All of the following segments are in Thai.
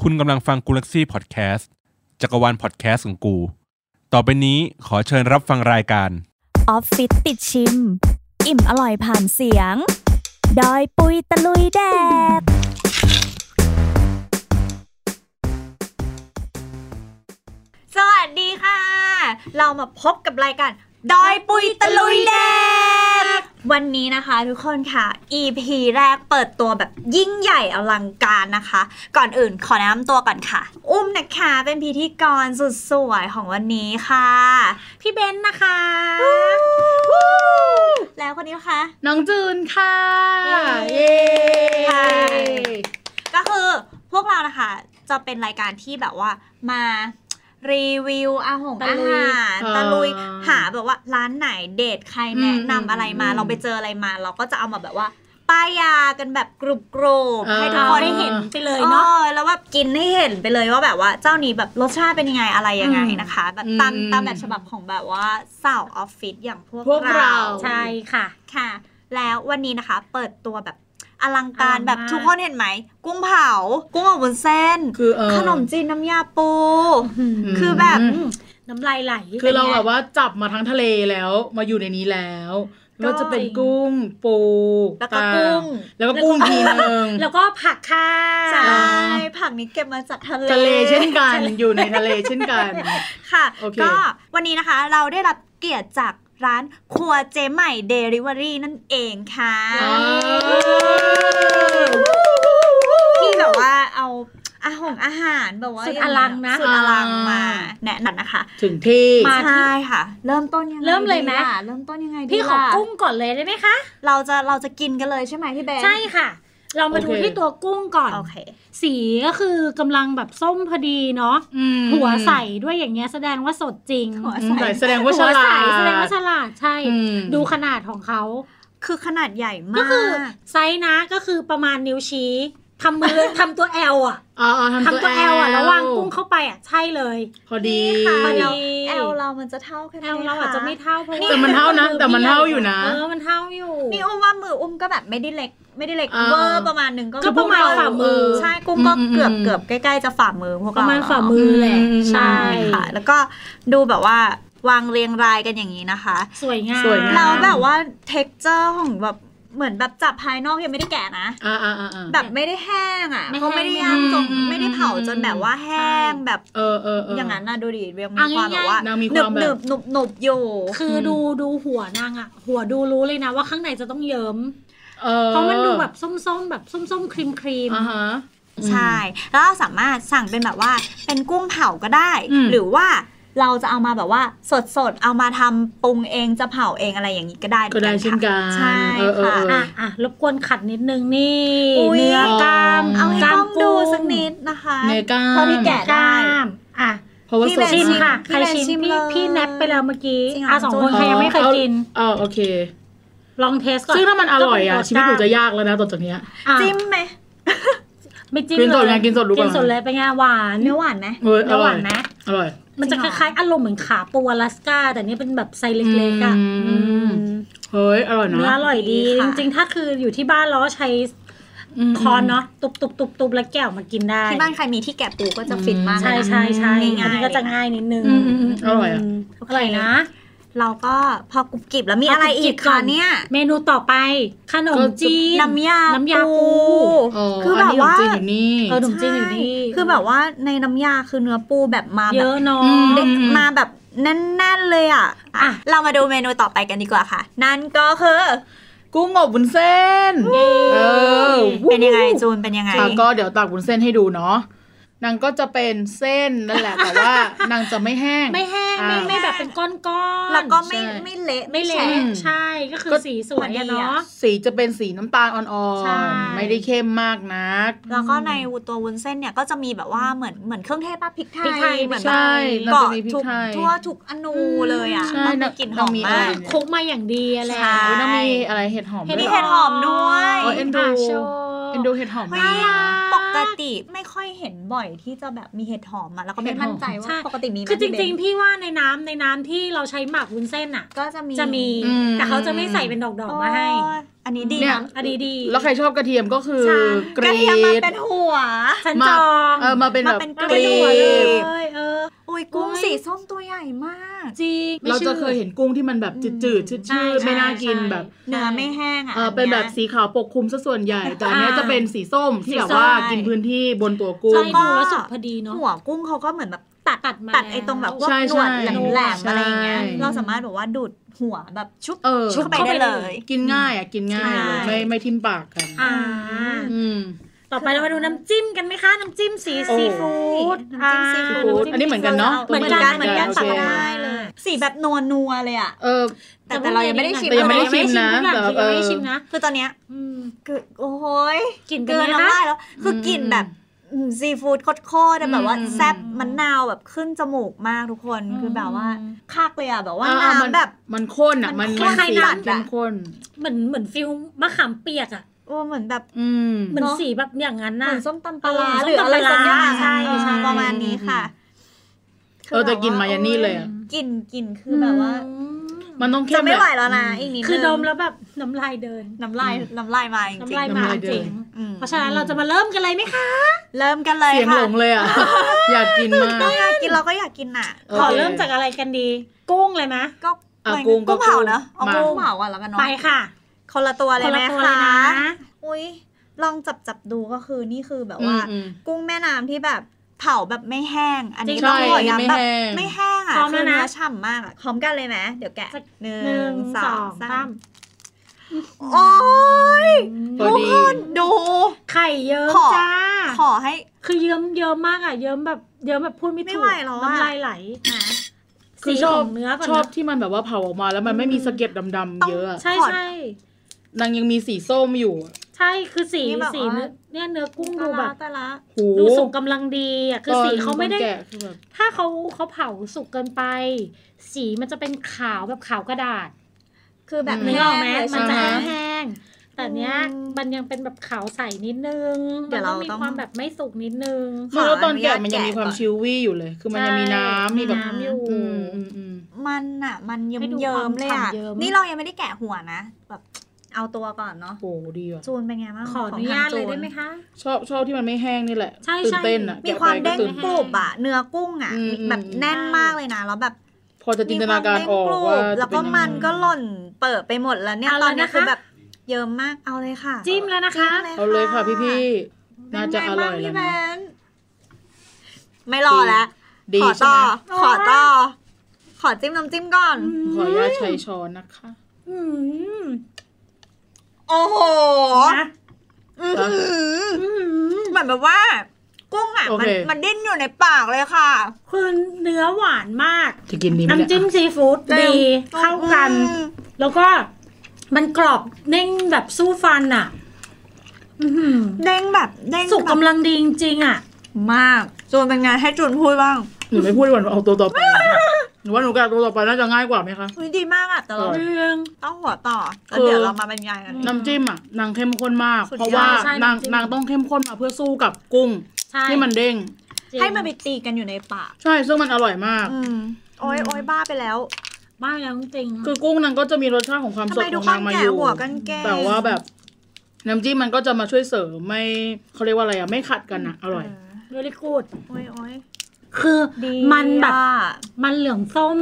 คุณกำลังฟังกูลักซี่พอดแคสต์จักรวาลพอดแคสต์ของกู ต่อไปนี้ขอเชิญรับฟังรายการ ออฟฟิศติดชิม อิ่มอร่อยผ่านเสียง ดอยปุยตะลุยแดด สวัสดีค่ะ เรามาพบกับรายการดอยปุยตะลุยแดงวันนี้นะคะทุกคนค่ะ EP แรกเปิดตัวแบบยิ่งใหญ่อลังการนะคะ ก่อนอื่นขอแนะนำตัวก่อนค่ะ อุ้มนะคะเป็นพิธีกรสุดสวยของวันนี้ค่ะ พี่เบนซ์นะคะ แล้วคนนี้นะคะ น้องจูนค่ะ เย้ค่ะ ก็คือพวกเรานะคะจะเป็นรายการที่แบบว่ามารีวิวอาหง ตะ อา ลุย หาร อ่า ตะลุยหาแบบว่าร้านไหนเดทใครแนะนำ อืม อะไรมา อืม เราไปเจออะไรมา เราก็จะเอามาแบบว่า ป้ายยากันแบบกรุบกรุบ อ่า ให้ทุกคนได้เห็น ไปเลย เนาะ เนาะ แล้วแบบกินให้เห็นไปเลยว่าแบบว่าเจ้านี้แบบรสชาติเป็นยังไงอะไรยังไงนะคะ แบบตาม อืม ตามแบบฉบับของแบบว่าสาวออฟฟิศอย่างพวก พวกเรา ใช่ ใช่ค่ะ ค่ะ แล้ววันนี้นะคะเปิดตัวแบบอลังการ อลังมาก แบบทุกคนเห็นไหม กุ้งเผา กุ้งอบวุ้นเส้น คือเออ ขนมจีนน้ำยาปู ม คือแบบ น้ำลายไหล คือเรา ป็นไง แบบว่าจับมาทั้งทะเลแล้วมาอยู่ในนี้แล้วไม่ว่าจะเป็นกุ้งปู แล้วก็ ปา กุ้ง แล้วก็กุ้งทีนึง แล้วก็ผักค่ะ ใช่ อ่า ผักนี้เก็บมาจากทะเล ทะเลเช่นกันอยู่ในทะเลเช่นกัน ค่ะ โอเค ก็วันนี้นะคะเราได้รับเกียรติจากร้านครัวเจ๊ใหม่เดลิเวอรี่นั่นเองค่ะ อ่า ที่แบบว่าเอาอาหงอาหารแบบว่า สุดอลังนะ สุดอลังมา อ่า แนะนำนะคะ ถึงที่ มาที่ ใช่ค่ะ เริ่มต้นยังไง เริ่มเลยไหม ดีะเริ่มต้นยังไงดี พี่ขอ ล่ะ กุ้งก่อนเลยได้ไหมคะ เราจะเราจะกินกันเลยใช่ไหมพี่เบน ใช่ค่ะ เรามา โอเค ดูที่ตัวกุ้งก่อน โอเค สีก็คือกำลังแบบส้มพอดีเนาะ อืม หัวใสด้วยอย่างเงี้ยแสดงว่าสดจริง หัว อืมใส่แสดงว่าฉ หัว ลา ใส ด แสดงว่าฉลาดใช่ อืม ดูขนาดของเขา คือขนาดใหญ่มาก ก็คือไซส์นะก็คือประมาณนิ้วชี้ทำมือ ทำตัวแอลอะ อ๋ออ๋อ ทำตัวแอลอะแล้ววางกุ้งเข้าไปอะใช่เลย พอดี นี่ค่ะ พอดี เราแอลเรามันจะเท่ากัน แอลเราอาจจะไม่เท่าเพราะว่า แต่มันเท่านะ แต่มันเท่าอยู่นะ เออมันเท่าอยู่ นี่อุ้มว่ามืออุ้มก็แบบไม่ได้เล็ก ไม่ได้เล็ก อ่า เวอร์ประมาณหนึ่งก็ ก็ประมาณฝ่ามือ ใช่กุ้งก็ อืม เกือบ อืม เกือบใกล้ๆจะฝ่ามือพวก ป เรา ระมาณฝ่ามือแหละ อืม ใช่ ใช่ค่ะ แล้วก็ดูแบบว่าวางเรียงรายกันอย่างนี้นะคะ สวยงาม สวยงม เราแบบว่าเท็กเจอร์ของแบบเหมือนแบบจับภายนอกยังไม่ได้แกะนะ อ่าอ่าอ่าอ่า แบบไม่ได้แห้งอ่ะ ไม่ เขาไม่ได้ย่างจน อืม ไม่ได้เผาจนแบบว่าแห้งแบบ เออเออเออ อ อ ย่างนั้นนะดูดิเรียงมี เอา ความแบ ง่าย บ ๆ ว่า น่ามี หนึ ควา บหมแบ นึ บ บหนุบหนุบอยู่ คือดูดูหัวนางอะหัวดูรู้เลยนะว่าข้างในจะต้องเยิ้ม ออ เพราะมันดูแบบส้มๆ แบบส้มๆครีมครีมๆ อ่าฮะ ใช่ แล้วเราสามารถสั่งเป็นแบบว่า เป็นกุ้งเผาก็ได้ อืม หรือว่าเราจะเอามาแบบว่าสดๆ เอามาทำปรุงเองจะเผาเองอะไรอย่างนี้ก็ได้ ก็ได้เช่นกัน ใช่ เออเออ ค่ะ เออ อ่ะอ่ะรบกวนขัดนิดนึงนี่ อุ๊ย เนื้อกล้าม เอาให้ กล้าม ต้องดูสักนิดนะคะ เนื้อกล้าม เท่าที่แกะ กล้า ได้ มอ่ะ เพราะว่า พี่ สด แบน ชิม ชิม ค่ะ พี่ ใคร แบน ชิม ชิม พี่ เลย พี่แนบไปแล้วเมื่อกี้ จริงเหรอ อ่ะสอง จูน คนใครยังไม่เคยกิน อ๋อโอเค ลองเทสก่อน ซึ่งถ้ามันอร่อยอ่ะ ก็เป็ ชีวิตหนูจะยากแล้วนะต่อจากเนี้ย อ่ะ จิ้มไหม ไม่จิ้ม กินสด เลย ไงกินสดรู้ กิน ก่อน สดเลยเป็นไงหวาน เนื้อหวานไหม เอออ เนื้อห ร่อ วาย นไหม อร่อย มันจะคล้ายๆอารมณ์เหมือนขาปูอลาสก้า แต่นี่เป็นแบบไซส์เล็กๆอ่ะ อืม อืม เฮ้ยอร่อย เนื้อ นะ อร่อยดี ดี จ ค่ะ ริงๆ ถ้าคืออยู่ที่บ้านเราก็ใช้ ม คอนเนาะตุบๆๆๆแล้วแก้วมากินได้ ที่บ้านใครมีที่แกะปูก็จะฟินมากเล ใช่ ยนะ ใช่ใช่ ง่ายๆ อันนี้ก็จะ เลยนะ ง่ายนิดนึง อืมอืมอืมอร่อยอะ มอร่อยนะ เราก็พอกรุบกริบแล้วมีอะไรอีก พอกรุบกริบก่ คะ อน เนี่ย เมนูต่อไป ขนมจีน น้ำยา น้ำยาปู อ๋อ คือแบบว่า อันนี้ขนมจีนอยู่นี่ เออขนมจีนอยู่นี่ ใช่คือแบบว่าในน้ำยาคือเนื้อปูแบบมาแบ เย บ อะเนาะ อืม เด็กมาแบบแน่นๆเลยอ่ะ อ่ะ เรามาดูเมนูต่อไปกันดีกว่าค่ะ นั่นก็คือ กุ้งอบวุ้นเส้น เออ เป็นยังไงจูนเป็นยังไง ค่ะก็เดี๋ยวตักวุ้นเส้นให้ดูเนาะนางก็จะเป็นเส้นนั่นแหละ แต่ว่านาง จะไม่แห้ง ไม่แห้งไม่ อ่า ไม่แบบเป็นก้อนๆ แล้วก็ไม่ ใช่ ไม่เละ ไม่เละ แฉ อืม ใช่ก็คือสีสวยพออะดี เนาะ อะ สีจะเป็นสีน้ำตาลอ่อน ใช่ ๆ ไม่ได้เข้มมากนัก แล้วก็ในตัววุ้นเส้นเนี่ยก็จะมีแบบว่าเหมือนเหมือนเครื่องเทศป้าพริกไท พริกไท ย ย เหมือน ใช่ เกาะ มันจะมีพริก ทุก ไทย ทั่วทุกอนูเลยอ่ะ ใช่ มัน นะ กลิ่นห ต้ อ อง ม มี มา อะไร ก เนี่ย คุกมาอย่างดีอะแหละ ใช่ โอ้ยน่ามีอะไรเห็ดหอม เห็น ด้วย มี เหรอ เห็ดหอมด้วย อ๋อเอ็นดู ะโช เอ็นดูเห็ดหอม เฮ้ย มาก ปกติไม่ค่อยเห็นบ่อยที่จะแบบมีเห็ดหอมอะแล้วก็ไม่มั่นใจว่า ใช่ ปกติมีไหม คือจ พี่เบน ริง ๆ พี่ว่าในน้ำในน้ำที่เราใช้หมักวุ้นเส้นอ่ะ ก็จะมี จะมี อืม แต่เขาจะไม่ใส่เป็นดอก โอ้ ๆ ย มาให้ อันนี้ดี เนี่ย นะ อันนี้ดี แล้วใครชอบกระเทียมก็คือ ใช่กกระ รี เทียมมา ด เป็นหัว ฉัน มา จอง เออมาเป็น มา แบบ เป็น เอา ก ไป รี ดู กรี ด เลยเออ อุ้ยกุ้ง อุ๊ย สีส้มตัวใหญ่มาก จริงไม่ เรา ชื่อ จะเคยเห็นกุ้งที่มันแบบจืดๆชื ใช่ ดๆไม่น่า ใช่ กิน ใช่ แบบ เนื้อไม่แห้งอ่ะ เออ อัย เป็นแบบสีขาวปกคลุมซะส่วนใหญ่ แต่อันเนี้ย อ่า จะเป็นสีส้มที่แบบ สีส้ม ว่ากินพื้นที่บนตัวกุ้ ใช่ ง ดูแล้วสุกพอดีเนาะ หัวกุ้งเขาก็เหมือนแบบตัด ตัดมา ตัดไอ้ตรงแบบพวก ใช่ หนวด ใช่ แหลมๆอะไรอย่างเงี้ย ใช่ เราสามารถแบบว่าดูดหัวแบบชุบ เออ ชุบไปได้เลย กินง่ายอ่ะกินง่ายเลย ใช่ ไม่ไม่ทิ่มปากกัน อ่า อืม ต่อไปเรามาดูน้ำจิ้มกันไหมคะ น้ำจิ้มสี โอ้ ซีฟู้ด น้ำจิ้มซีฟู้ด อันนี้เหมือนกันเนอะ เหมือนกัน เห เห มื มื อ อน น กั กัน น โอ ตัด เค ได้ ได้ เล เลย ย สีแบบนัวนัวๆเลยอ่ะ เออ แต่แต่เรายังไม่ได้ชิม แต่ยังไม่ได้ เร ชิมนะ แต่ แต่ ยัง เออ ไม่ได้ชิมนะ คือตอนเนี้ย อืม คือโอ้ย กลิ่นเป็ เก น ลือ ไง น้ำ คะ ลายแล้ว คืออกลิ่นแบบซีฟู้ดโคตรๆอะแบบว่า อืม แซ่บมะนาวแบบขึ้นจมูกมากทุกคน อืม คือแบบว่าคักเลยอ่ะแบบว่า เออเออมั น้ำแบบ มันข้นอ่ะ มั มัน น มัน คล้าย สี ๆน้ำอะเข้มข้น เหมือนเหมือนฟิลมะขามเปียกอ่ะ โอ้เหมือนแบบ อืม เหมือน เนอะ สีแบบอย่างนั้น เห น่ะ มือนส้มตำปลาร้า เออ หรืออะไรสักอย่าง ส้มตำปลาร้าใช่ใช่ ประมาณนี้ค่ะ เออแต่กลิ่นมายานี่เลยอะ กลิ่นกลิ่นคือแบบว่า มันต้องเข้ม จะไม่ไหว แหละ แล้วนะอีกนิดนึง คือดมแล้วแบบน้ำลายเดิน น้ำลายน้ำลายมาจริงๆ น้ำลาย น้ำ มา ลายเดิ จริ น ง อืม เพราะฉะนั้นเราจะมาเริ่มกันเลยไหมคะ เริ่มกันเลย เสียง ค่ะ หลงเลย อ่ะ อยากกินมาก ก็อยากกินเราก็อยากกินน่ะ โอเค ขอเริ่มจากอะไรกันดี กุ้งเลยไหม ก็ อ่ะ มัน กุ้งก็ กุ้งเผาเนอะ กุ้ เอา งมา กุ้งเผาก่อนแล้วกันเนาะ ไปค่ะ คนละตัวเลย คน ไหม ละตัวเลย คะ นะ อุ้ยลองจับจับดูก็คือนี่คือแบบ อื ว่า มอืม กุ้งแม่น้ำที่แบบเผาแบบไม่แห้ง อันนี้ ใช่ ต้องขอย้ำแบบ ไม่ ไม่ แห้ แห้งงอ่ะ พร้อม คื แล้ อ วนะ เนื้อฉ่ำมากอ่ะพร้อมกันเลยไหมเดี๋ยวแกะ สัก หนึ่ หนึ่ง ง สองสาม โอ้ย พอ ทุก ดี คนดู ไข่เยิ้ม ขอ จ้า ขอให้ คือเยิ้มเยิ้มมากอ่ะ เยิ้มแบบเยิ้มแบบพูดไม่ ไม่ ถูก ไหวแล้วอะ น้ำลายไหล นะ คื สี อ ข ชอ อบ งเนื้อก่อน ชอบ นะ ที่มันแบบว่าเผาออกมาแล้วมันไม่มีสะเก็ดดำๆเยอะอะ ใช่ ขอด ใช่ นางยังมีสีส้มอยู่อะ ใช่คือสี นี่แบบ สี ว่า เนื้อเนี่ยเนื้อกุ้งดูแบบ แต่ละ หู ดูสุกกำลังดีอ่ะคือสีเขาไม่ได้ ตอนแกะคือแบบ ถ้าเขาเขาเผาสุกเกินไป สีมันจะเป็นขาวแบบขาวกระดาษ คือแบบ นึกออกไหม แเลย มัน ใช่ จะ ไห แห้งๆแต่เนี้ย อืม มันยังเป็นแบบขาวใสนิดนึง เดี๋ มั ยวนต้ เรา องมี ต้อง ความแบบไม่สุกนิดนึง ไมันแล้วตอนขแกะออนุญาต มันยังมีความ แกะก่อน ชิววี่อยู่เลย คือมันยังมีน้ำมีแบบ น้ำอยู่ อืมอืมอืม มันอ่ะ มันเยิ้ม ให้ดู เยิมๆเลย ความ อ่ะ เยิ้ม นี่เรายังไม่ได้แกะหัวนะ แบบ เอาตัวก่อนเนาะ โอ้ดีว่ะ จูนเป็นไงบ้าง ขออนุ งทง ญาตเลย จู ได้ไหมคะ ชอบชอบที่มันไม่แห้งนี่แหละ ใช่ ตื่ ใช่ นเต้นอ่ะ มีความ แกะ เด้ง ไปก็ตื่น กรุบอ่ะ เนื้อกุ้งอ่ะ อืม แบบแน่นมากเลยนะ แล้วแบบ พอจะจินตนาการออกควาว่ามเด้งกรุบแล้วก็ จะเป็ยังไง มันก็หล่นเปิดไปหมดแล้วเนี่ย เอา ต เลย อนเนี้ย นะคะ คือแบบเยิ้มมาก เอาเลยค่ะ จิ้มแล้วนะคะ จิ้ม เอาเลยค่ะพี่พี่ๆน่าจะอร่อย เป็นไงบ้าง แล้ว พี่แบ นะ นไม่รอแล้ว ดี ขอ ใช่ ต่อไหม ขอต่อ ขอจิ้มน้ำจิ้มก่อน ขออนุญาตใช้ช้อนนะคะ อืม โอ้โห นะ อื้อหือ อืม เหมือนแบบว่า กุ้งอ่ะ โอ มั เค นมันดิ้นอยู่ในปากเลยค่ะ คือเนื้อหวานมาก จะกินดีไหม น้ำจิ้มซีฟู้ด เต็ม ดีเข้ากัน อืม แล้วก็มันกรอบเด้งแบบสู้ฟันอ่ะ อื้อหือ เด้งแบบเด้ง สุก แบบ กำลังดีจริงๆอ่ะ มากจูนเป็นไงให้จูนพูดบ้าง หนูไม่พูดดีกว่าหนูเอาตัวต่อไปหนูว่าหนูกับตัวต่อไปน่าจะง่ายกว่าไหมคะ อุ๊ยดีมากอ่ะแต่เรา อร่อย เรื่อง ต้องหัวต่อแล้ว คือ เดี๋ยวเรามาบรรยายกัน น้ำจิ้มอ่ะนางเข้มข้นมาก สุดยอด เพราะว่า ใช่ นาง น้ำจิ้ม นางต้องเข้มข้นมาเพื่อสู้กับกุ้ง ใช่ ที่มันเด้ง จริง ให้มันไปตีกันอยู่ในปาก ใช่ซึ่งมันอร่อยมาก อืมโอ้ยโอ้ยบ้าไปแล้ว บ้าแล้วจริงๆ คือกุ้งนางก็จะมีรสชาติของความ ทำ สด ไม ข ทุ อกคนงาน งมา แก่ อยู่ หัวกันแก่ แต่ว่าแบบน้ำจิ้มมันก็จะมาช่วยเสริมไม่เขาเรียกว่าอะไรอ่ะไม่ขัดกันอ่ะอร่อย เวลี่กูด โอ้ยโอ้ย คือ ดี มันแบบ อ่ะ มันเหลืองส้ม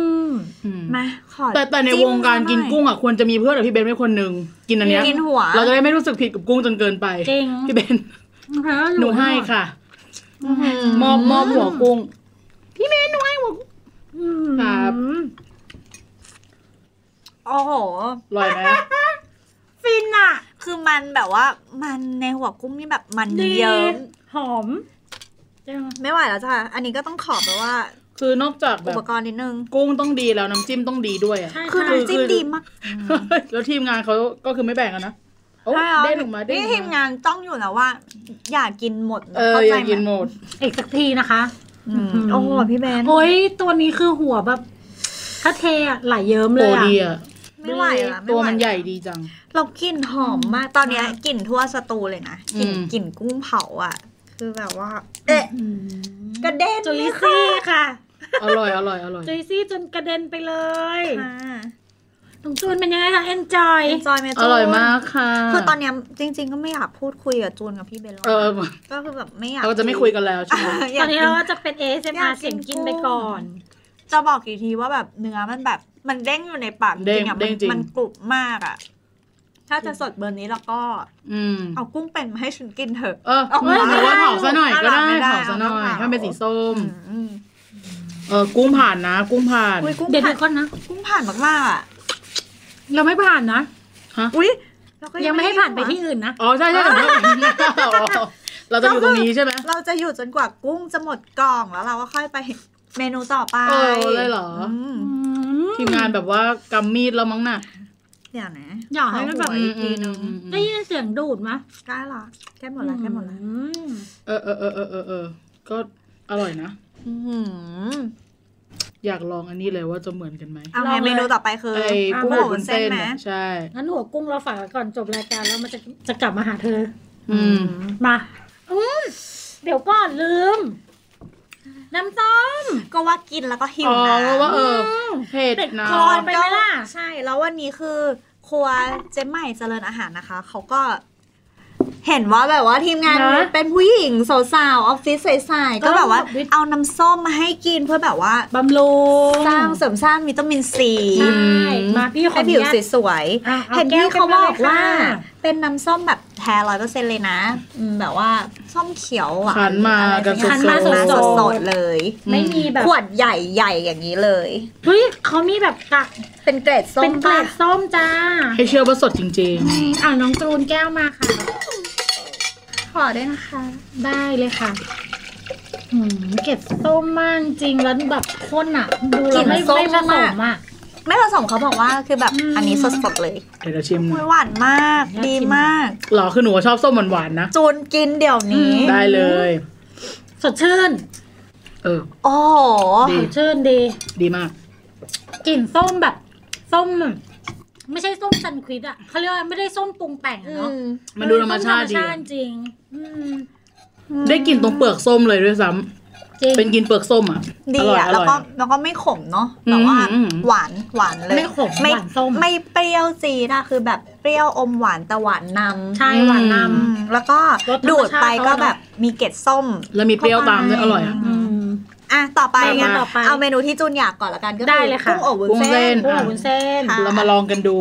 อืม มาขอ แต่แต่ใน จิ้ ว ม งการ หอย กินกุ้งอ่ะควรจะมีเพื่อนแบบพี่เบนไว้คนหนึ่งกินอันเนี้ย กินหัว เราจะได้ไม่รู้สึกผิดกับกุ้งจนเกินไป จริง พี่เบนหนูให้ค่ะ อื้อหือ มอบมอบหัวกุ้ง อืม ครับ โอ้โห อร่อยไหม ฟินอ่ะ คือมันแบบว่ามันในหัวกุ้งนี่แบบมัน ดี เยิ้ม หอมจริง ไม่ไหวแล้วจ้ะอันนี้ก็ต้องขอแบบว่า คือนอกจากแบ อุ บ ปกรณ์นิดนึง กุ้งต้องดีแล้วน้ำจิ้มต้องดีด้วยอ่ะ ใช่ คือ ใช่ น้ำจิ้ม คือ ดีมาก แล้วทีมงานเขาก็คือไม่แบ่งกันนะโอ้ ใช่เหรอ เด้งออกมาเด้งอ นี่ อก ทีมงานต้องอยู่นะว่า อย่ากินหมดนะ เออ เข้า อ ใจ ยากกิน ไหม หมด อีกสักทีนะคะ อืมโอ้โหพี่แบน โอ้ยตัวนี้คือหัวแบบถ้าเทอะไหลเยิ้มเล โต ยอ่ะ ดีอ่ะ ไม่ไหวละไไห ตัวมันใหญ่ดีจัง เรากลิ่นหอมมากตอนเนี้ยกลิ่นทั่วสตูเลยนะกลิ่น อืม กลิ่นกุ้งเผาอ่ะ คือแบบว่า เอ๊ะ อืม กระเด็น จุย เลย ซี่ค่ะ อร่อยอร่อยอร่อย จุยซี่จนกระเด็นไปเลย ค่ะ น้องจูนเป็นยังไงคะ enjoy จอยไหมจูน อร่อยมากค่ะ คือตอนเนี้ยจริง ๆ ก็ไม่อยากพูดคุยกับจูนกับพี่เบลแล้ว เออ ก็คือแบบไม่อยาก เราจะไม่คุยกันแล้วใช่ไหม ตอนนี้เรา ยากกิ ก็จะเป็น อยาก ASMR กิน เสียงกินไปก่อน จะบอกกี่ทีว่าแบบเนื้อมันแบบมันเด้งอยู่ในปากจริงๆอ่ะมันมันกรุบมากอ่ะ ถ้าจะสดเบอร์นี้แล้วก็ อืม เอากุ้งเป็นมาให้ฉันกินเถอะ เออ เอาไว้ หรือว่าเผาซะหน่อยก็ได้ เอาไม่ได้ เผาซะหน่อย เอาไม่ได้ ให้มันเป็นสีส้ม อืม เออกุ้งผ่านนะ กุ้งผ่าน อุ้ยกุ้ง เดี๋ยว ผ่า เดี๋ น ยวก่อนนะ กุ้งผ่านมากๆอ่ะ เราไม่ผ่านนะ อุ้ย ยังไม่ให้ผ่านไปที่อื่นนะ อ๋อใช่ใช่แต่ไม่ต้องอย่างนี้เราจะอยู่ตรงนี้ใช่ไหม เราจะอยู่จนกว่ากุ้งจะหมดกล่องแล้วเราก็ค่อยไปเมนูต่อไป เออเลยเหรอ ม ทีมงานแบบว่ากำมีดแล้วมั้งน่ะ เดี๋ยวนะ อยากให้มันแบบ ขออีกทีนึง อืมอืมอืม ได้ยินเสียงดูดมะ ใกล้ละแก้หมดละแก้หมดละ อืม เออเออเออเออเออเออก็อร่อยนะ อื้อหือ อยากลองอันนี้เลยว่าจะเหมือนกันไหม เอาไงเมนูต่อไปคือ ไอ้กุ้ง ห อบ มู วุ้นเส้น ไหม น่ะใช่ งั้นหัวกุ้งเราฝากไว้ก่อนจบรายการแล้วมันจะจะกลับมาหาเธอ อืม มาอืมเดี๋ยวก่อนลืม น้ำส้ม ก็ว่ากินแล้วก็หิว อ๋อ นะ ว่าเออเผ็ดนะ คลอน ไปไหมล่ะ ใช่แล้ววันนี้คือ ครัวเจ๊ใหม่เจริญอาหารนะคะ เขาก็เห็นว่าแบบว่าทีมงาน นะ เป็นผู้หญิงสาวๆออฟฟิศใสๆ ก็ ก็แบบว่า แบบวิทย์ เอาน้ำส้มมาให้กินเพื่อแบบว่า บำรุง สร้างเสริมสร้างวิตามินซี ใช่มาพี่ขอ ให้ อ ผิ นุ ว ญาต สวยๆ อ่ะ เห็น แก้ ที่เขาบอก ไปลย ว่า ค่ะ เป็นน้ำส้มแบบแท้ร้อยเปอร์เซ็นเลยนะอืมแบบว่าส้มเขียวหวา ขั น นมากันสด ขัน ๆ มา อืม สดๆเลย ไม่มีแบบ ขวดใหญ่ๆอย่างนี้เลย เฮ้ยเขามีแบบกัก เป็นเกรดส้ม เป็นเกล็ด ปะ ส้มจ้า ให้เชื่อว่าสดจริง เอาน้องจูนแก้วมาค่ะ ขอด้วยนะคะ ได้เลยค่ะอืมเกล็ดส้มมากจริงแล้วแบบข้นอ่ะ ดูแล้วไม่ กลิ่นส้ม ไม่ผส มาก มอ่ะ ไม่ผสมเขาบอกว่าคือแบบ อืม อันนี้สดๆเลย ๆ เดี๋ยวเราชิมห โอ้ น่อยย หวานมาก ดีมาก หรอคือหนูชอบส้มหวานๆนะ จูนกินเดี๋ยวนี้ ได้เลย สดชื่น เออ โอ้โห ดี สดชื่นดี ดีมาก กลิ่นส้มแบบส้ม ไม่ใช่ส้มซันควิดอ่ะเขาเรียกว่าไม่ได้ส้มปรุงแต่ง อื อะเนาะ ม มันดูธรรมชาติดี ธรรม อะ ชาติจริง อืม ได้กลิ่นตรงเปลือกส้มเลยด้วยซ้ำ จริง เป็นกลินเปลือกส้มอ่ะ ดี ร่ย อ่ะ แล้ว ร่ย ก็แล้วก็ไม่ขมเนาะแต่ว่า อืม หวานหวานเลย ไม่ขมหวานส้ม ไม่เปรี้ยวจีดอะคือแบบเปรี้ยวอมหวานแต่หวานนำ ใช่หวานน อืมแล้วก็ รสธรรมชาติ ดูดไปก็ เขาเนอะ แบบมีเกล็ดส้ม แล้วมีเปรี้ยวตามด้วยอร่อยอ่ะ ำอืม อ่ะต่อไป มา งั้น ต่อไป เอาเมนูที่จูนอยากก่อนละกันก็ ได้ คือ เลยค่ะ กุ้งอบวุ้น กุ้งเส้ เส้น น กุ้งอบวุ้นเส้น ค่ะ เรามาลองกันดู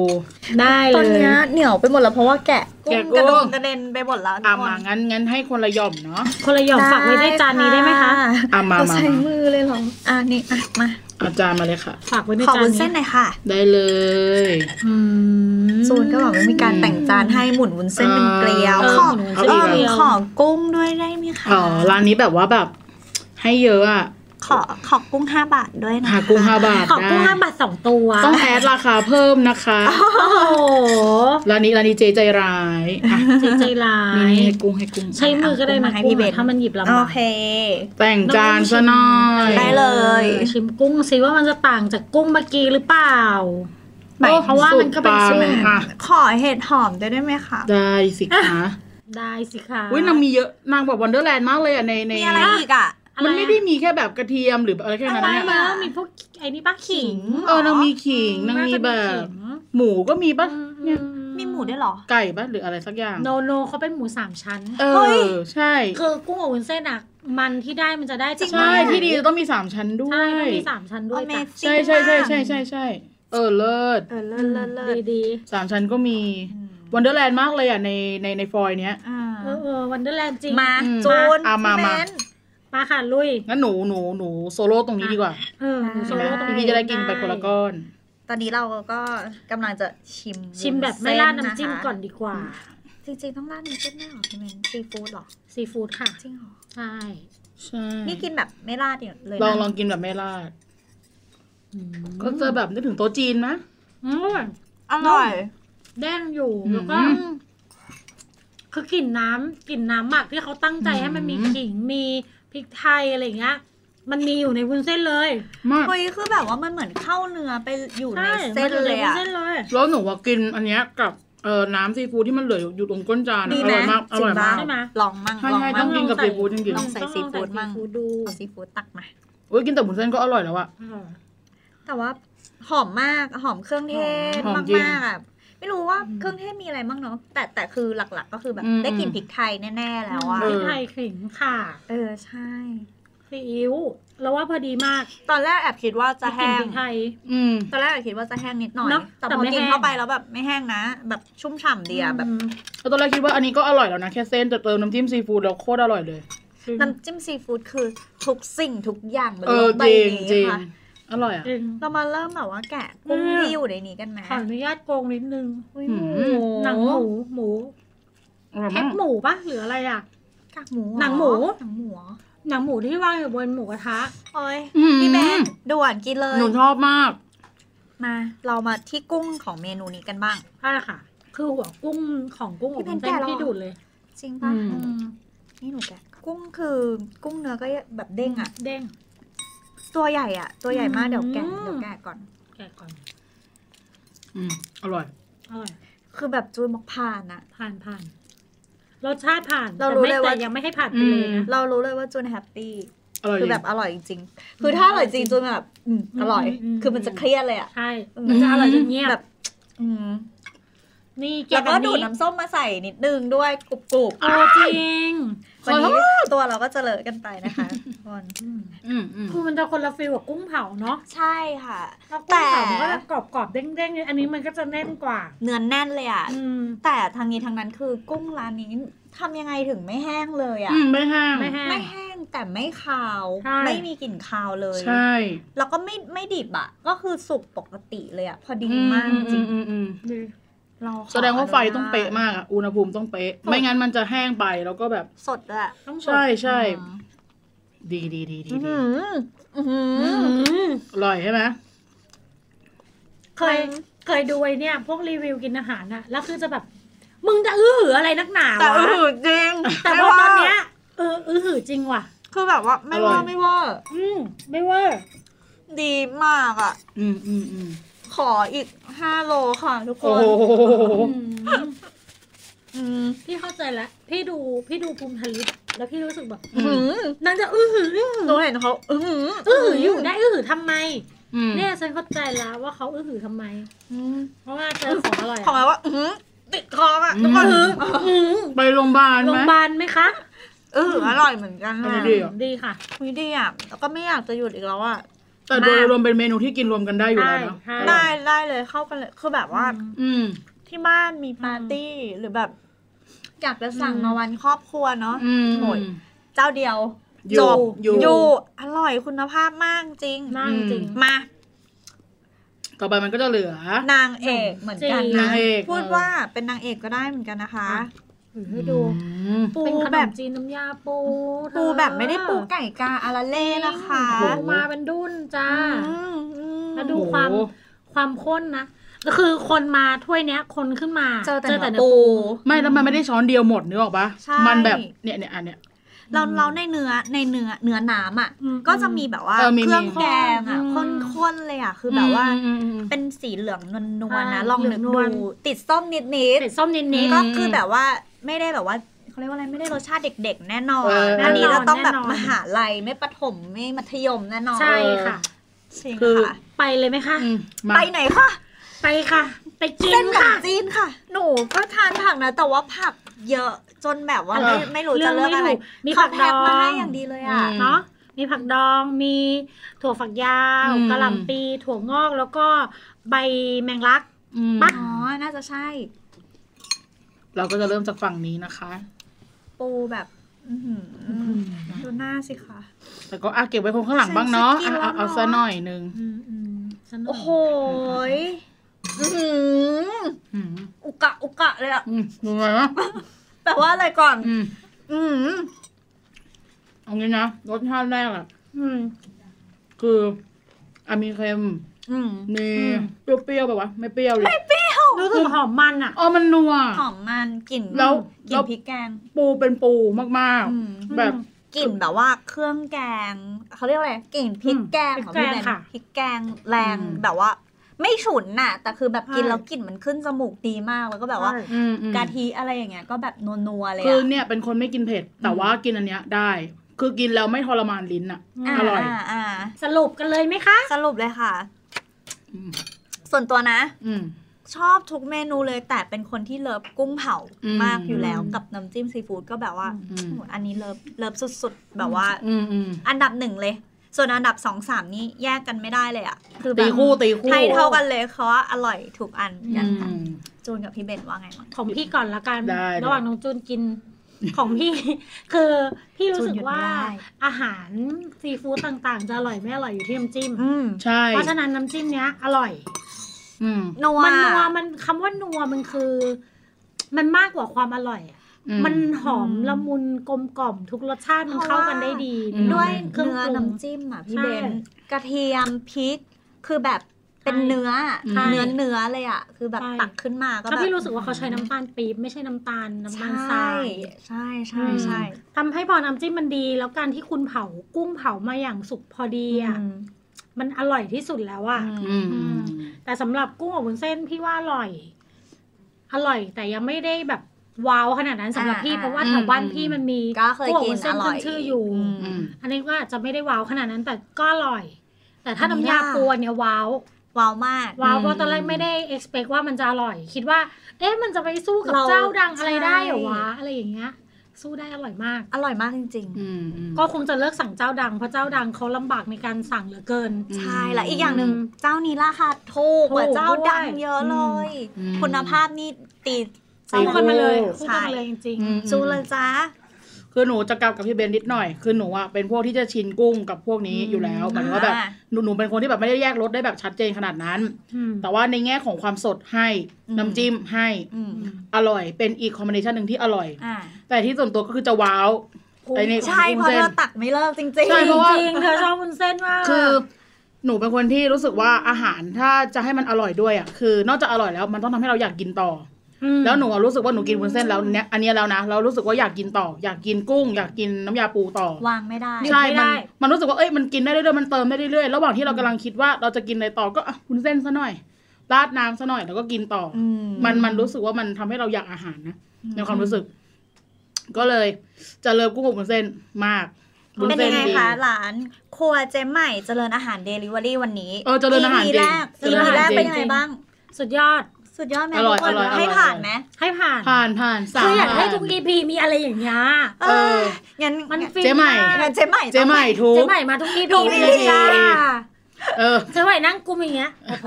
ได้เลย ตอนเนี้ยเหนียวไปหมดแล้วเพราะว่าแกะกุ้ แกะ ง กุ้กระดงงกระเด็นไปหมดแล้วทุก อ่ะ ค มาน งั้นงั้นให้คนละหย่อมเนาะ คนละหย่อมฝากไว้ในจานนี้ได้ไหมคะ อ่ะมา เร มา ใช้ มา มือเลยเหรอ อ่ะนี่อ่ะมา เอาจารย์มาเลยค่ะ ฝากไว้ใน ขอ จาน วุ้น นี้ เส้นหน่อยค่ะ ได้เลย อืม ซูนก็บอกว่ามีการแต่งจานให้หมุนวุ้นเส้นเป็นเกลียว เออ ขอ หมุนวุ้น เอ เส้นอเป็นเกลียว ขอกุ้งด้วยได้ไหมคะ อ๋อร้านนี้แบบว่าแบบ ให้เยอะอ่ะ ขอขอกุ้งห้าบาทด้วยนะ หากุ้งห้าบาท ขอกุ้ง ได้ ห้าบาทสองตัว ต้องแอดราคาเพิ่ม นะคะ โอ้โห ร้านนี้ร้านนี้เจใจร้ายอ่ะ ใจใจร้าย นี่ให้กุ้งให้กุ้ง ใช้มือก็ได้นะกุ้งอะถ้ามันหยิบโอบลำาก เค แต่งจานซะหน่อย ได้เลย ชิมกุ้งสิว่ามันจะต่างจากกุ้งเมื่อกี้หรือเปล่า หมาย โอ้ เพราะว่ามันก็เป็น สุด เส้น ปังอ่ะ ขอเห็ดหอมด้วยได้ไหมคะ ได้สิคะ ได้สิคะ อุ้ยนางมีเยอะนางแบบวันเดอร์แลนด์มากเลยอ่ะในใน มีอะไรอีกอ่ะ มันไม่ได้มีแค่แบบกระเทียมหรืออะไรแค่นั้น ไม่ เนี่ย แล้มีพวกไอ้นี่ป้าขิง ขิ เออนางมีขิงนางมีแบบ หมูก็มีป่ะเนี่ย มีหมูด้วยเหรอ ไก่ป่ะหรืออะไรสักอย่าง โนโนเขาเป็นหมูสามชั้น เอ เฮ้ย อใช่ คือกุ้งอบวุ้นเส้นอะมันที่ได้มันจะได้จาก ใช่ที่ดีจะต้องมีสามชั้นด้ว ใช่ ย ต้องมีสามชั้นด้วยจ้ะ Amazing ใช่ใช่ใช่ มาก ใช่ใช่ใช่เออเลิศ เออเลิศเลิศเลิศ ดีดี สามชั้นก็มีวันเดอร์แลนด์มากเลยอ่ะในในในฟอยเนี้ย อ่า ๆเออเออวันเดอร์แลนด์จริง มา อืม จูน อ่ะมา พี่ มา เบนซ์ มาค่ะลุย งั้นหนูหนูหนูโซโล่ตรงนี้ดีกว่า เออหมูโซ ใช่ไหม โล่ตรง พี่ นี้ พี่จะได้กินไปคนละก้อน ตอนนี้เราก็กำลังจะชิม ชิมแบบไม่ วุ้เส้ ราดน้ำจิ้ม ะคะ ก่อนดีกว่า จริงๆต้องราดน้ำจิ้มแน่หรอพี่เมนซีฟู้ดหรอ ซีฟู้ดค่ะ จริงหรอ ใช่ ใช่ นี่กินแบบไม่ราดเนี่ยเลยนะ ลองลองกินแบบไม่ราด อืม ก็จะแบบนึกถึงโต๊ะจีนนะ อืม อร่อย แดงอยู่ อืม แล้วก็คือกลิ่นน้ำกลิ่นน้ำหมักที่เขาตั้งใจให้มันมี อืม ขิงมีพริกไทยอะไรอย่างเงี้ย มันมีอยู่ในวุ้นเส้นเลย มาก เฮ้ยคือแบบว่ามันเหมือนเข้าเนื้อไปอยู่ใน ใช่ เส้น มัอ เลย ในวุ้ อะ นเส้นเลย แล้วหนูว่ากินอันเนี้ยกับเอ่อน้ำซีฟู้ดที่มันเหลืออยู่ตรงก้นจานอะ ดี อ ไหม ร่อยมากอ จริ ร่ ง อย ปะ มาก ใช่ไหม ลองมั่ง ใช่ ลอง ใช่ มั่ ต้ ง องกินกับซีฟู้ดจริงๆ ต้องใส่ซีฟู้ดมั่ง ซีฟู้ดดู เอาซีฟู้ดตักมา โอ้ยกินแต่หมูเส้นก็อร่อยแล้วอะ เออ แต่ว่า หอมมากหอมเครื่องเทศ หอม มาก จริง มากๆอ่ะไม่รู้ว่าเครื่องเทศมีอะไรบ้างเนาะแต่แต่คือหลักๆ ก็คือแบบ อืม ได้กลิ่นพริกไทยแน่ๆแล้วอ่ะ พริกไทยขิงค่ะ เออใช่ ซีอิ๊วแล้วว่าพอดีมาก ตอนแรกแอบคิดว่าจะแห้ง พริกไทย อืม ตอนแรกแอบคิดว่าจะแห้งนิดหน่อย เนอะ แต่ แต่ พอ ไม่ กิน แห้ง เข้าไปแล้วแบบไม่แห้งนะ แบบชุ่มฉ่ำดีอ่ะแบบ อืม แล้วตอนแรกคิดว่าอันนี้ก็อร่อยแล้วนะ แค่เส้นแต่เติมน้ำจิ้มซีฟู้ดแล้วโคตรอร่อยเลย น้ำจิ้มซีฟู้ดคือทุกสิ่งทุกอย่างบน เอ โล อก ใบ จริงจริ นี้ ง ค่ะ อร่อยอ่ะ จริง เรามาเริ่มแบบว่าแกะกุ้ง อืม ที่อยู่ในนี้กันไหม ขออนุญาตโกงนิดนึง อุ๊ย อืม หนังหมูหมู อร่อย แค มา บ ก หมูปะหรืออะไรอ่ะ กากหมูเรอ หนังหมู หนังหมูเหรอ หนังหมูที่วางอยู่บนหมูกระทะ โอ้ย อืม พี่เบนด่วนกินเลย หนูชอบมาก มา เรามาที่กุ้งของเมนูนี้กันบ้าง ใช่ค่ะ คือหัวกุ้งของกุ้งของ พี่ คุณ เพน เต้น แกะแล้ว ที่ดูดเลย จริงป่ะ อืม อืมนี่หนูแกะกุ้งคือกุ้งเนื้อก็แบบเด้งอ่ะ เด้ง ตัวใหญ่อ่ะ ตัวใหญ่มากเดี๋ยวแกะ อืม เดี๋ยวแกะก่อน แกะก่อน อืมอร่อย อร่อย คือแบบจูนบอกผ่านอ่ะ ผ่านผ่าน รสชาติผ่าน เรา แต่ รู้ ไม่ เลย แต่ ว่า ยังไม่ให้ผ่านไปเลยนะ เรารู้เลยว่าจูนแฮปปี้ อร่อย คือจริง แบบอร่อยจริงๆคือถ้าอร่อยจริงจูนแบบอืมอร่อย อืม คือมันจะเครียดเลยอ่ะ ใช่ อืม มันจะอร่อยจนเงียบ แบบอืม นี่แกะ แล้วก็ แบบ ดูด นี้ น้ำส้มมาใส่นิดนึงด้วยกรุบกรุบ โอ้จริง ๆวันนี้ตัวเราก็จะเลอะกันไป นะคะทุกคน อืม อืมอืม คือมันจะคนละฟิลกับกุ้งเผาเนาะ ใช่ค่ะ แล้วกุ้ แต่ งเผามันก็จะกรอบๆเด้งๆเนี่ยอันนี้มันก็จะแน่นกว่า เนื้อนแน่นเลยอ่ะ อืม แต่ทางนี้ทางนั้นคือกุ้งร้านนี้ทำยังไงถึงไม่แห้งเลยอ่ะ อืมไม่แห้ง ไม่แห้ง ไม่แห้งแต่ไม่คาว ใช่ ไม่มีกลิ่นคาวเลย ใช่ แล้วก็ไม่ไม่ดิบอ่ะ ก็คือสุกปกติเลยอ่ะ พอดีมากจริง อืมอืม ดี ๆเราขอ แสดงว่าไฟต้องเป๊ะ นุญ มากอ่ะ อุณหภูมิต้องเป๊ะ ไม่งั้นมันจะแห้งไปแล้วก็แบบ ตสดด้วยอะ ต้องสด ใช่ใช่ อืม ดีดีดีดี อื้อ ดี หืออื้อหือ อืม อร่อยใช่ไหม เคยเคยดูไอ้เนี่ย พวกรีวิวกินอาหารอะแล้วคือจะแบบ มึงจะอื้อหืออะไรนักหนาวะ แต่อื้อหือจริง แต่พอตอนเนี้ยเอออื้อหือจริงว่ะ คือแบบว่าไม่ว่า อร่อย ไม่ว่า อืมไม่เวอร์ ดีมากอ่ะ อืมอืมอืม ขออีก 5 โลค่ะทุกค โอ้ น โห อืม อืม พี่เข้าใจแล้วพี่ดูพี่ดูภูมิทลิตแล้วพี่รู้สึกแบบ อื หื ม ม นางจะอื้อหืออื้อหือ หนูเห็นเขาอื้อหือ อื้อหืออยู่ได้อื้อหือทำไม อืม เนี่ยฉันเข้าใจแล้วว่าเขาอื้อหือทำไม อืม เพราะว่าเจอของอร่อย ของอะไรวะอื้อหือติดคออ่ะทุกคน อืม อืม ไปโรงพยาบาล โรง ไห พ ม ยาบาลไหมคะ อื้อหืออร่อยเหมือนกัน อั ค่ะ นนี้ดี เหรอ ดีค่ะ วิดีอ่ะแล้วก็ไม่อยากจะหยุดอีกแล้วอ่ะ แต่โดย มาก รวมเป็นเมนูที่กินรวมกันได้อยู่แล้วนะ ใช่ใช่ ได้ได้เลยเข้ากันเลยคือแบบว่า อืม อืม ที่บ้านมีปาร์ตี้หรือแบบ อยากจะสั่ง อืม มาวันครอบครัวเนาะ อืม โหย เจ้าเดียว อยู่ จบ อ อยู่ ยู่อร่อยคุณภาพมากจริง มากจริง มา ต่อไปมันก็จะเหลือ นางเอกเหมือนกัน นา นะ งเอก พูด เออ ว่าเป็นนางเอกก็ได้เหมือนกันนะคะ อ่ะ ให้ดู อืม ปู เป็นขน แบ ม บ จีนน้ำยาปูเธอ ปูแบบไม่ได้ปูไก่กาอาราเล่นะคะ โอ้โห ปูมาเป็นดุนจ้า อืมอืม แล้วดู ความ โอ้โห ความข้นนะก็คือคนมาถ้วยเนี้ย คนขึ้นมา เจอแต่ เนื้อ ปู ปู ไม่แล้วมันไม่ได้ช้อนเดียวหมดนึกออกปะ ใช่ มันแบบเนี่ยเนี่ยอันเนี้ย เราเราในเนื้อในเนื้อเนื้อน้ำอ่ะ อืม ก็จะมีแบบว่า เออมี เครื่อง มี แกงอ่ะ อืม ข้นๆเลยอ่ะคือแบบว่า อืมอืมอืม เป็นสีเหลืองนวลๆ ใช่ นะลองนึก เหลืองน ดู วล ติดส้มนิดๆ เศษส้มเน้น ม ก็คือแบบว่าไม่ได้แบบว่าเขาเรียกว่าอะไรไม่ได้รสชาติเด็ก ๆ แน่นอน เอออั อันนี้ แน่นอน เราต้องแบบ แน่นอน มหาลัยไม่ประถมไม่มัธยมแน่นอน ๆใช่ค่ะ จริง คือ ค่ะ ไปเลยไหมคะ อืมมา ไปไหนคะ ไปค่ะ ไปกิ เส้นนขนม ค่ะ จีนค่ะ หนูก็ทานผักนะ แต่ว่าผักเยอะจนแบบว่า เอ ไม่ อ ไม่รู้ เลื จะ อก เลือก ไม่ อะไร ถูกมี เขา ผักด แพ็ค อง มาให้อย่างดีเลยอ่ะ อืม เนาะมีผักดองมีถั่วฝักยาว อืม กะหล่ำปีถั่วงอกแล้วก็ใบแมงลัก อืม ปะ อ๋อ น่าจะใช่ เราก็จะเริ่มจากฝั่งนี้นะคะ ปูแบบ อื้อหือดูหน้าสิคะ แต่ก็อาเก็บไว้คนข้างหลังบ้างเนาะ ฉันจะกิน เอาเอาเอา แล้วเนอะ ซะหน่อยหนึง อืมอืมสนุก โอ้โหยอื้อหือ อืม อุกะอุกะเลยอะ อืมดูไงนะ แปลว่าอะไรก่อน อืม อือหือ เอางี้นะรสชาติแรกอ่ะ อืม คืออะมีเค็ม อืม มี อืม เปรี้ยวๆแบบว่าไม่เปรี้ยวเลย รู้สึกหอมมันอ่ะ อ๋อมันนัว หอมมันกลิ่น แล้ว กลิ่ แล้ น ว พริกแกง ปูเป็นปูมาก อืม ๆ แบบ กลิ่นแบบว่าเครื่องแกงเขาเรียกว่าอะไรกลิ่นพริกแกง อืม ของพี่ พริกแบนแกงค่ะ พริกแกงแรง อืม แบบว่า ไม่ฉุนน่ะ แต่คือแบบกิน ใช่ แล้วกลิ่นมันขึ้นจมูกดีมากแล้วก็แบบว่า อืมอืม กะทิอะไรอย่างเงี้ยก็แบบนัวๆเลย คือ อะ เนี่ยเป็นคนไม่กินเผ็ด แต่ว่ากินอันเนี้ยได้ คือกินแล้วไม่ทรมานลิ้นอะ อ่า อร่อย าอ่า สรุปกันเลยไหมคะ สรุปเลยค่ะ อืม ส่วนตัวนะ อืม ชอบทุกเมนูเลยแต่เป็นคนที่เลิฟกุ้งเผา อืม มากอยู่แล้วกับน้ำจิ้มซีฟู้ดก็แบบว่า อืม โหอันนี้เลิฟเลิฟสุดๆ แบบว่า อืมอืม อันดับหนึ่งเลย ส่วนอันดับสองสามนี่แยกกันไม่ได้เลยอะคือแบบ ตีคู่ตีคู่ ให้เท่ากันเลยเพราะว่าอร่อยถูกอัน อื กัน ม ค่ะจูนกับพี่เบนว่าไงบ้าง ของพี่ก่อนละกัน ได้ ระหว่างน้องจูนกิน ของพี่ คือพี่รู้สึจูนกหยุด ว่า ไม่ได้ อาหารซีฟู้ดต่างๆ จะอร่อยไม่อร่อยอยู่ที่น้ำจิ้ม อืม ใช่ เพราะฉะนั้นน้ำจิ้มเนี้ยอร่อย อืม นัว มันนัวมันคำว่านัวมันคือ มันมากกว่าความอร่อยอะ อื มันหอมละมุนกลมกล่อมทุกรสชาติมันเข้ากันได้ดี อืม ด้วย เครื่อง เนื้อ ปรุง น้ำจิ้มอะพี่ ใช่ เบนกระเทียมพริก คือแบบเป็น ใช่ เนื้อ ใช่ เนื้อเนื้อเลยอะคือแบบ ใช่ ตักขึ้นมาก็ แล้ว แบบ พี่รู้สึกว่าเขาใช้น้ำตาลปี๊บไม่ใช่น้ำตาลน้ำตาลทราย ใช่ใช่ อืม ใช่ ทำให้พอน้ำจิ้มมันดี แล้วการที่คุณเผากุ้งเผามาอย่างสุกพอดีอ่ะ อืม มันอร่อยที่สุดแล้วอ่ะ อืม อืมอืม แต่สำหรับกุ้งอบวุ้นเส้นพี่ว่าอร่อย อร่อย แต่ยังไม่ได้แบบว้าวขนาดนั้นสำหรับ อ่า พี่ อ่า เพราะว่าแถวบ้านพี่มันมี ก็เคย กุ้งอบ กิน วุ้นเส้ อน ร่ ขึ้ อย นชื่ออยู่ อื ม ม อันนี้ก็อาจจะไม่ได้ว้าวขนาดนั้นแต่ก็อร่อย แต่ถ้า อันนี้ น้ำยา ล่ะ ปูเนี่ยว้าว ว้าวมาก ว้าว อืม เพราะตอนแรกไม่ได้ expect ว่ามันจะอร่อย คิดว่า เอ๊ะมันจะไปสู้กับ เรา เจ้าดังอะไรได้เหรอ ใช่ วะอะไรอย่างเงี้ย สู้ได้อร่อยมาก อร่อยมากจริง อืมอืม ก็คงจะเลิกสั่งเจ้าดังเพราะเจ้าดังเขาลำบากในการสั่งเหลือเกิน ๆ ใช่และอีกอย่างหนึ่งเจ้านี้ราคาถูกกว่า ถูก เจ้าดัง ด้วย เยอะเลย อืม คุณภาพนี่ตี ตี สู้กันมาเลยสู้กัน ใช่ มาเลยจริง อืม สู้เลยจ้า คือหนูจะกลับกับพี่เบนนิดหน่อย คือหนูอ่ะเป็นพวกที่จะชินกุ้งกับพวกนี้อยู่แล้วหมายถึงว่าแบบ อ่า หนูหนูเป็นคนที่แบบไม่ได้แยกรสได้แบบชัดเจนขนาดนั้น ๆอืม แต่ว่าในแง่ของความสดให้น้ำจิ้มให้ อืม อร่อย เป็นอีกคอมบิเนชันหนึ่งที่อร่อย อ่า แต่ที่ส่วนตัวก็คือจะว้าวไอ้นี่ ใช่เพราะ วุ้นส้น เราตักไม่เลิกจริง ใช่เพราะว่า จริงๆเธอชอบวุ้นเส้นมาก คือหนูเป็นคนที่รู้สึกว่าอาหารถ้าจะให้มันอร่อยด้วยอ่ะคือนอกจากอร่อยแล้วมันต้องทำให้เราอยากกินต่ออ ม แล้วหนูอะรู้สึกว่าหนูกินวุ้นเส้นแล้วเนี้ยอันเนี้ยแล้วนะเรารู้สึกว่าอยากกินต่อ อยากกินกุ้ง อยากกินน้ำยาปูต่อ ๆ วางไม่ได้ ใช่ มันมันรู้สึกว่า เอ้ย มันกินได้เรื่อยๆ มันเติมได้เรื่อยๆ ระหว่างที่เรากำลังคิดว่าเราจะกินอะไรต่อ ก็อ่ะคุณเส้นซะหน่อย ราดน้ำซะหน่อย แล้วก็กินต่ออ อืม มัน มันรู้สึกว่ามันทำให้เราอยากอาหารนะ อืม ในความรู้สึก ก็เลย จะเลิฟกุ้งอบวุ้นเส้นมากวุ้ เป็นยังไง ดี คะร้าน ครัวเจ๊ใหม่เจริญอาหารเดลิเวอรี่วันนี้ เออเจริญอาหารจริง แรก เจริญอาหารจริง แรกเป็นยังไงบ้าง สุดยอด สุดยอดไหม อร่อย ทุกคน อร่อยอร่อย ให้ผ่านไหม ให้ผ่าน ผ่านผ่านสาม คืออยากให้ ผ่น ทุก EP มีอะไรอย่างเงี้ย เอองั้น มันฟิน เจ๊ใหม่ าก งั้นเจ๊ใหม่ เจ๊ใหม่ทุ เจ๊ ก ใหม่มาทุก EP ทุก ไปเลยจ้า เออ เจ๊ใหม่นั่งกุมอย่างเงี้ยโอ้โห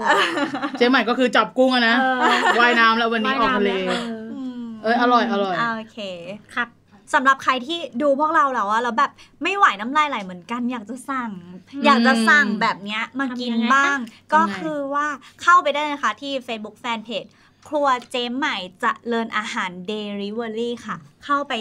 เจ๊ใหม่ก็คือจับกุ้งอะนะ เออ ว่ายน้ำแล้ววันนี้ออกทะเล ว่ายน้ำแวออ อืม เอออร่อยอร่อย โอเค ครับ สำหรับใครที่ดูพวกเราแล้วอะแล้วแบบไม่ไหวน้ำลายไหลเหมือนกัน อยากจะสั่ง อยากจะสั่งแบบเนี้ยมากินบ้าง ก็คือว่าเข้าไปได้นะคะที่ Facebook Fanpage ครัวเจ๊ใหม่เจะเลินอาหาร Delivery ค่ะ เข้าไป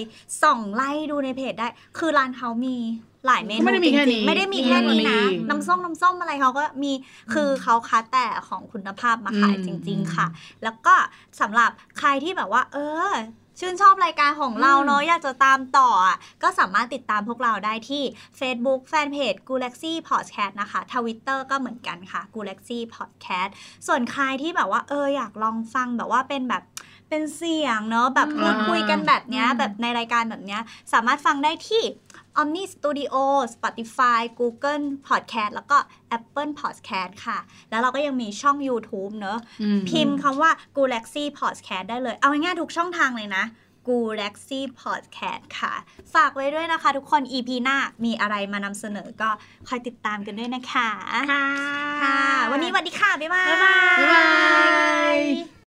ส่องไล่ดูในเพจได้ คือร้านเขามีหลายเมนู ไม่ได้มีแค่นี้ จริงๆไม่ได้มีแค่นี้นะ มีอีก น้ำส้มน้ำส้มอะไรเขาก็มีคือเขาคัดแต่ของคุณภาพมาขาย อืม จริง ๆ ค่ะ แล้วก็สำหรับใครที่แบบว่า เออ ชื่นชอบรายการของเราเนาะอยากจะตามต่ออ่ะก็สามารถติดตามพวกเราได้ที่ Facebook Fanpage g a l a x y Podcast นะคะ Twitter ก็เหมือนกันค่ะ g a l a x y Podcast ส่วนใครที่แบบว่าเอออยากลองฟังแบบว่าเป็นแบบเป็นเสียงเนาะแบบพูดคุยกันแบบเนี้ยแบบในรายการแบบเนี้ยสามารถฟังได้ที่ Omni Studio Spotify Google Podcast แล้วก็ Apple Podcast ค่ะ แล้วเราก็ยังมีช่อง YouTube เนอะ อืม พิมพ์คำว่า Galaxy Podcast ได้เลย เอาง่ายๆทุกช่องทางเลยนะ Galaxy Podcast ค่ะ ฝากไว้ด้วยนะคะ ทุกคน EP หน้ามีอะไรมานำเสนอก็คอยติดตามกันด้วยนะคะ ค่ะ ค่ะ วันนี้สวัสดีค่ะ บ๊ายบาย บ๊ายบาย